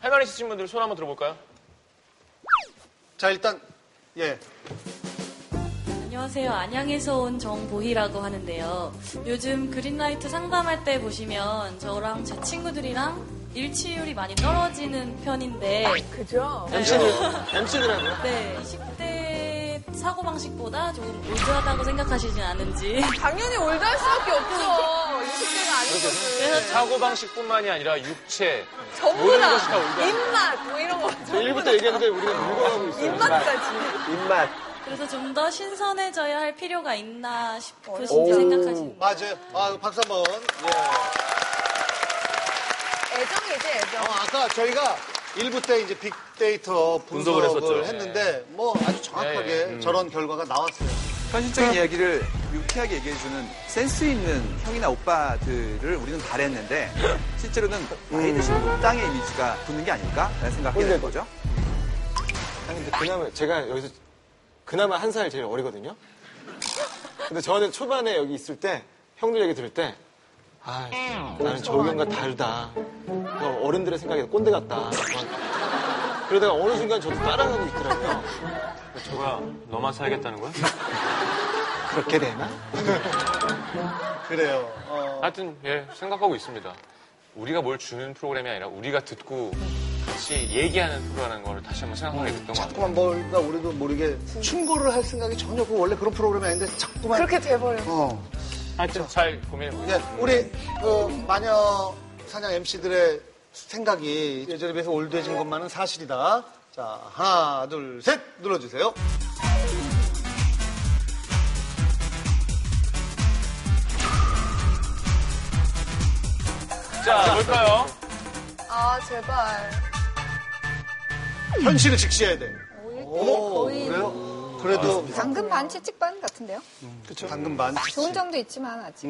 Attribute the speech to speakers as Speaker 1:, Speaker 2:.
Speaker 1: 할 말 있으신 분들 손 한번 들어볼까요?
Speaker 2: 자, 일단, 예.
Speaker 3: 안녕하세요. 안양에서 온 정보희라고 하는데요. 요즘 그린라이트 상담할 때 보시면 저랑 제 친구들이랑 일치율이 많이 떨어지는 편인데
Speaker 4: 그죠?
Speaker 2: MC들하고요?
Speaker 3: 네, 20대 사고방식보다 조금 올드하다고 생각하시진 않은지
Speaker 4: 당연히 올드할 수밖에 없죠. 20대가 아니거든.
Speaker 3: 그래서
Speaker 1: 사고방식뿐만이 아니라 육체,
Speaker 4: 전부
Speaker 1: 모든 것이 다
Speaker 4: 다
Speaker 1: 올드하다.
Speaker 4: 입맛 뭐 이런 거.
Speaker 2: 1부터 얘기했는데 우리가 물건하고 있어요.
Speaker 4: 입맛까지.
Speaker 5: 입맛.
Speaker 3: 그래서 좀 더 신선해져야 할 필요가 있나 싶으신지
Speaker 5: 오.
Speaker 3: 생각하시는
Speaker 2: 맞아요. 아, 박수 한 번. 예.
Speaker 4: 애정이지 애정.
Speaker 2: 어, 아까 저희가 1부 때 이제 빅데이터 분석을,
Speaker 5: 분석을 했었죠.
Speaker 2: 했는데, 뭐 아주 정확하게
Speaker 1: 예, 예.
Speaker 2: 저런 결과가 나왔어요.
Speaker 6: 현실적인 이야기를 유쾌하게 얘기해주는 센스 있는 형이나 오빠들을 우리는 바랬는데 실제로는 나이 드신 땅의 이미지가 붙는 게 아닐까라는 생각이 드는 거죠.
Speaker 5: 아니, 근데 그나마 제가 여기서 그나마 한 살 제일 어리거든요. 근데 저는 초반에 여기 있을 때 형들 얘기 들을 때 아, 나는 저 의견과 다르다. 그냥 어른들의 생각이 꼰대 같다. 막. 그러다가 어느 순간 저도 따라가고 있더라고요.
Speaker 1: 뭐야, 너만 살겠다는 거야?
Speaker 5: 그렇게 되나?
Speaker 2: 그래요. 어,
Speaker 1: 하여튼, 예, 생각하고 있습니다. 우리가 뭘 주는 프로그램이 아니라 우리가 듣고 같이 얘기하는 프로라는 걸 다시 한번 생각하게 됐던 것 같아요.
Speaker 2: 자꾸만 뭔가 우리도 모르게 충고를 할 생각이 전혀 없고, 원래 그런 프로그램이 아닌데, 자꾸만.
Speaker 4: 그렇게 돼버려.
Speaker 2: 어.
Speaker 1: 하여튼 잘 고민해보세요.
Speaker 2: 예, 우리 그 마녀 사냥 MC들의 생각이 예전에 비해서 올드해진 것만은 사실이다. 자, 하나, 둘, 셋 눌러주세요.
Speaker 1: 자, 뭘까요?
Speaker 4: 아 제발.
Speaker 2: 현실을 직시해야 돼.
Speaker 7: 오, 거의
Speaker 2: 그래요? 그래도
Speaker 7: 당근 반 채찍반 같은데요?
Speaker 2: 아, 당근 반.
Speaker 7: 좋은 점도 있지만 아직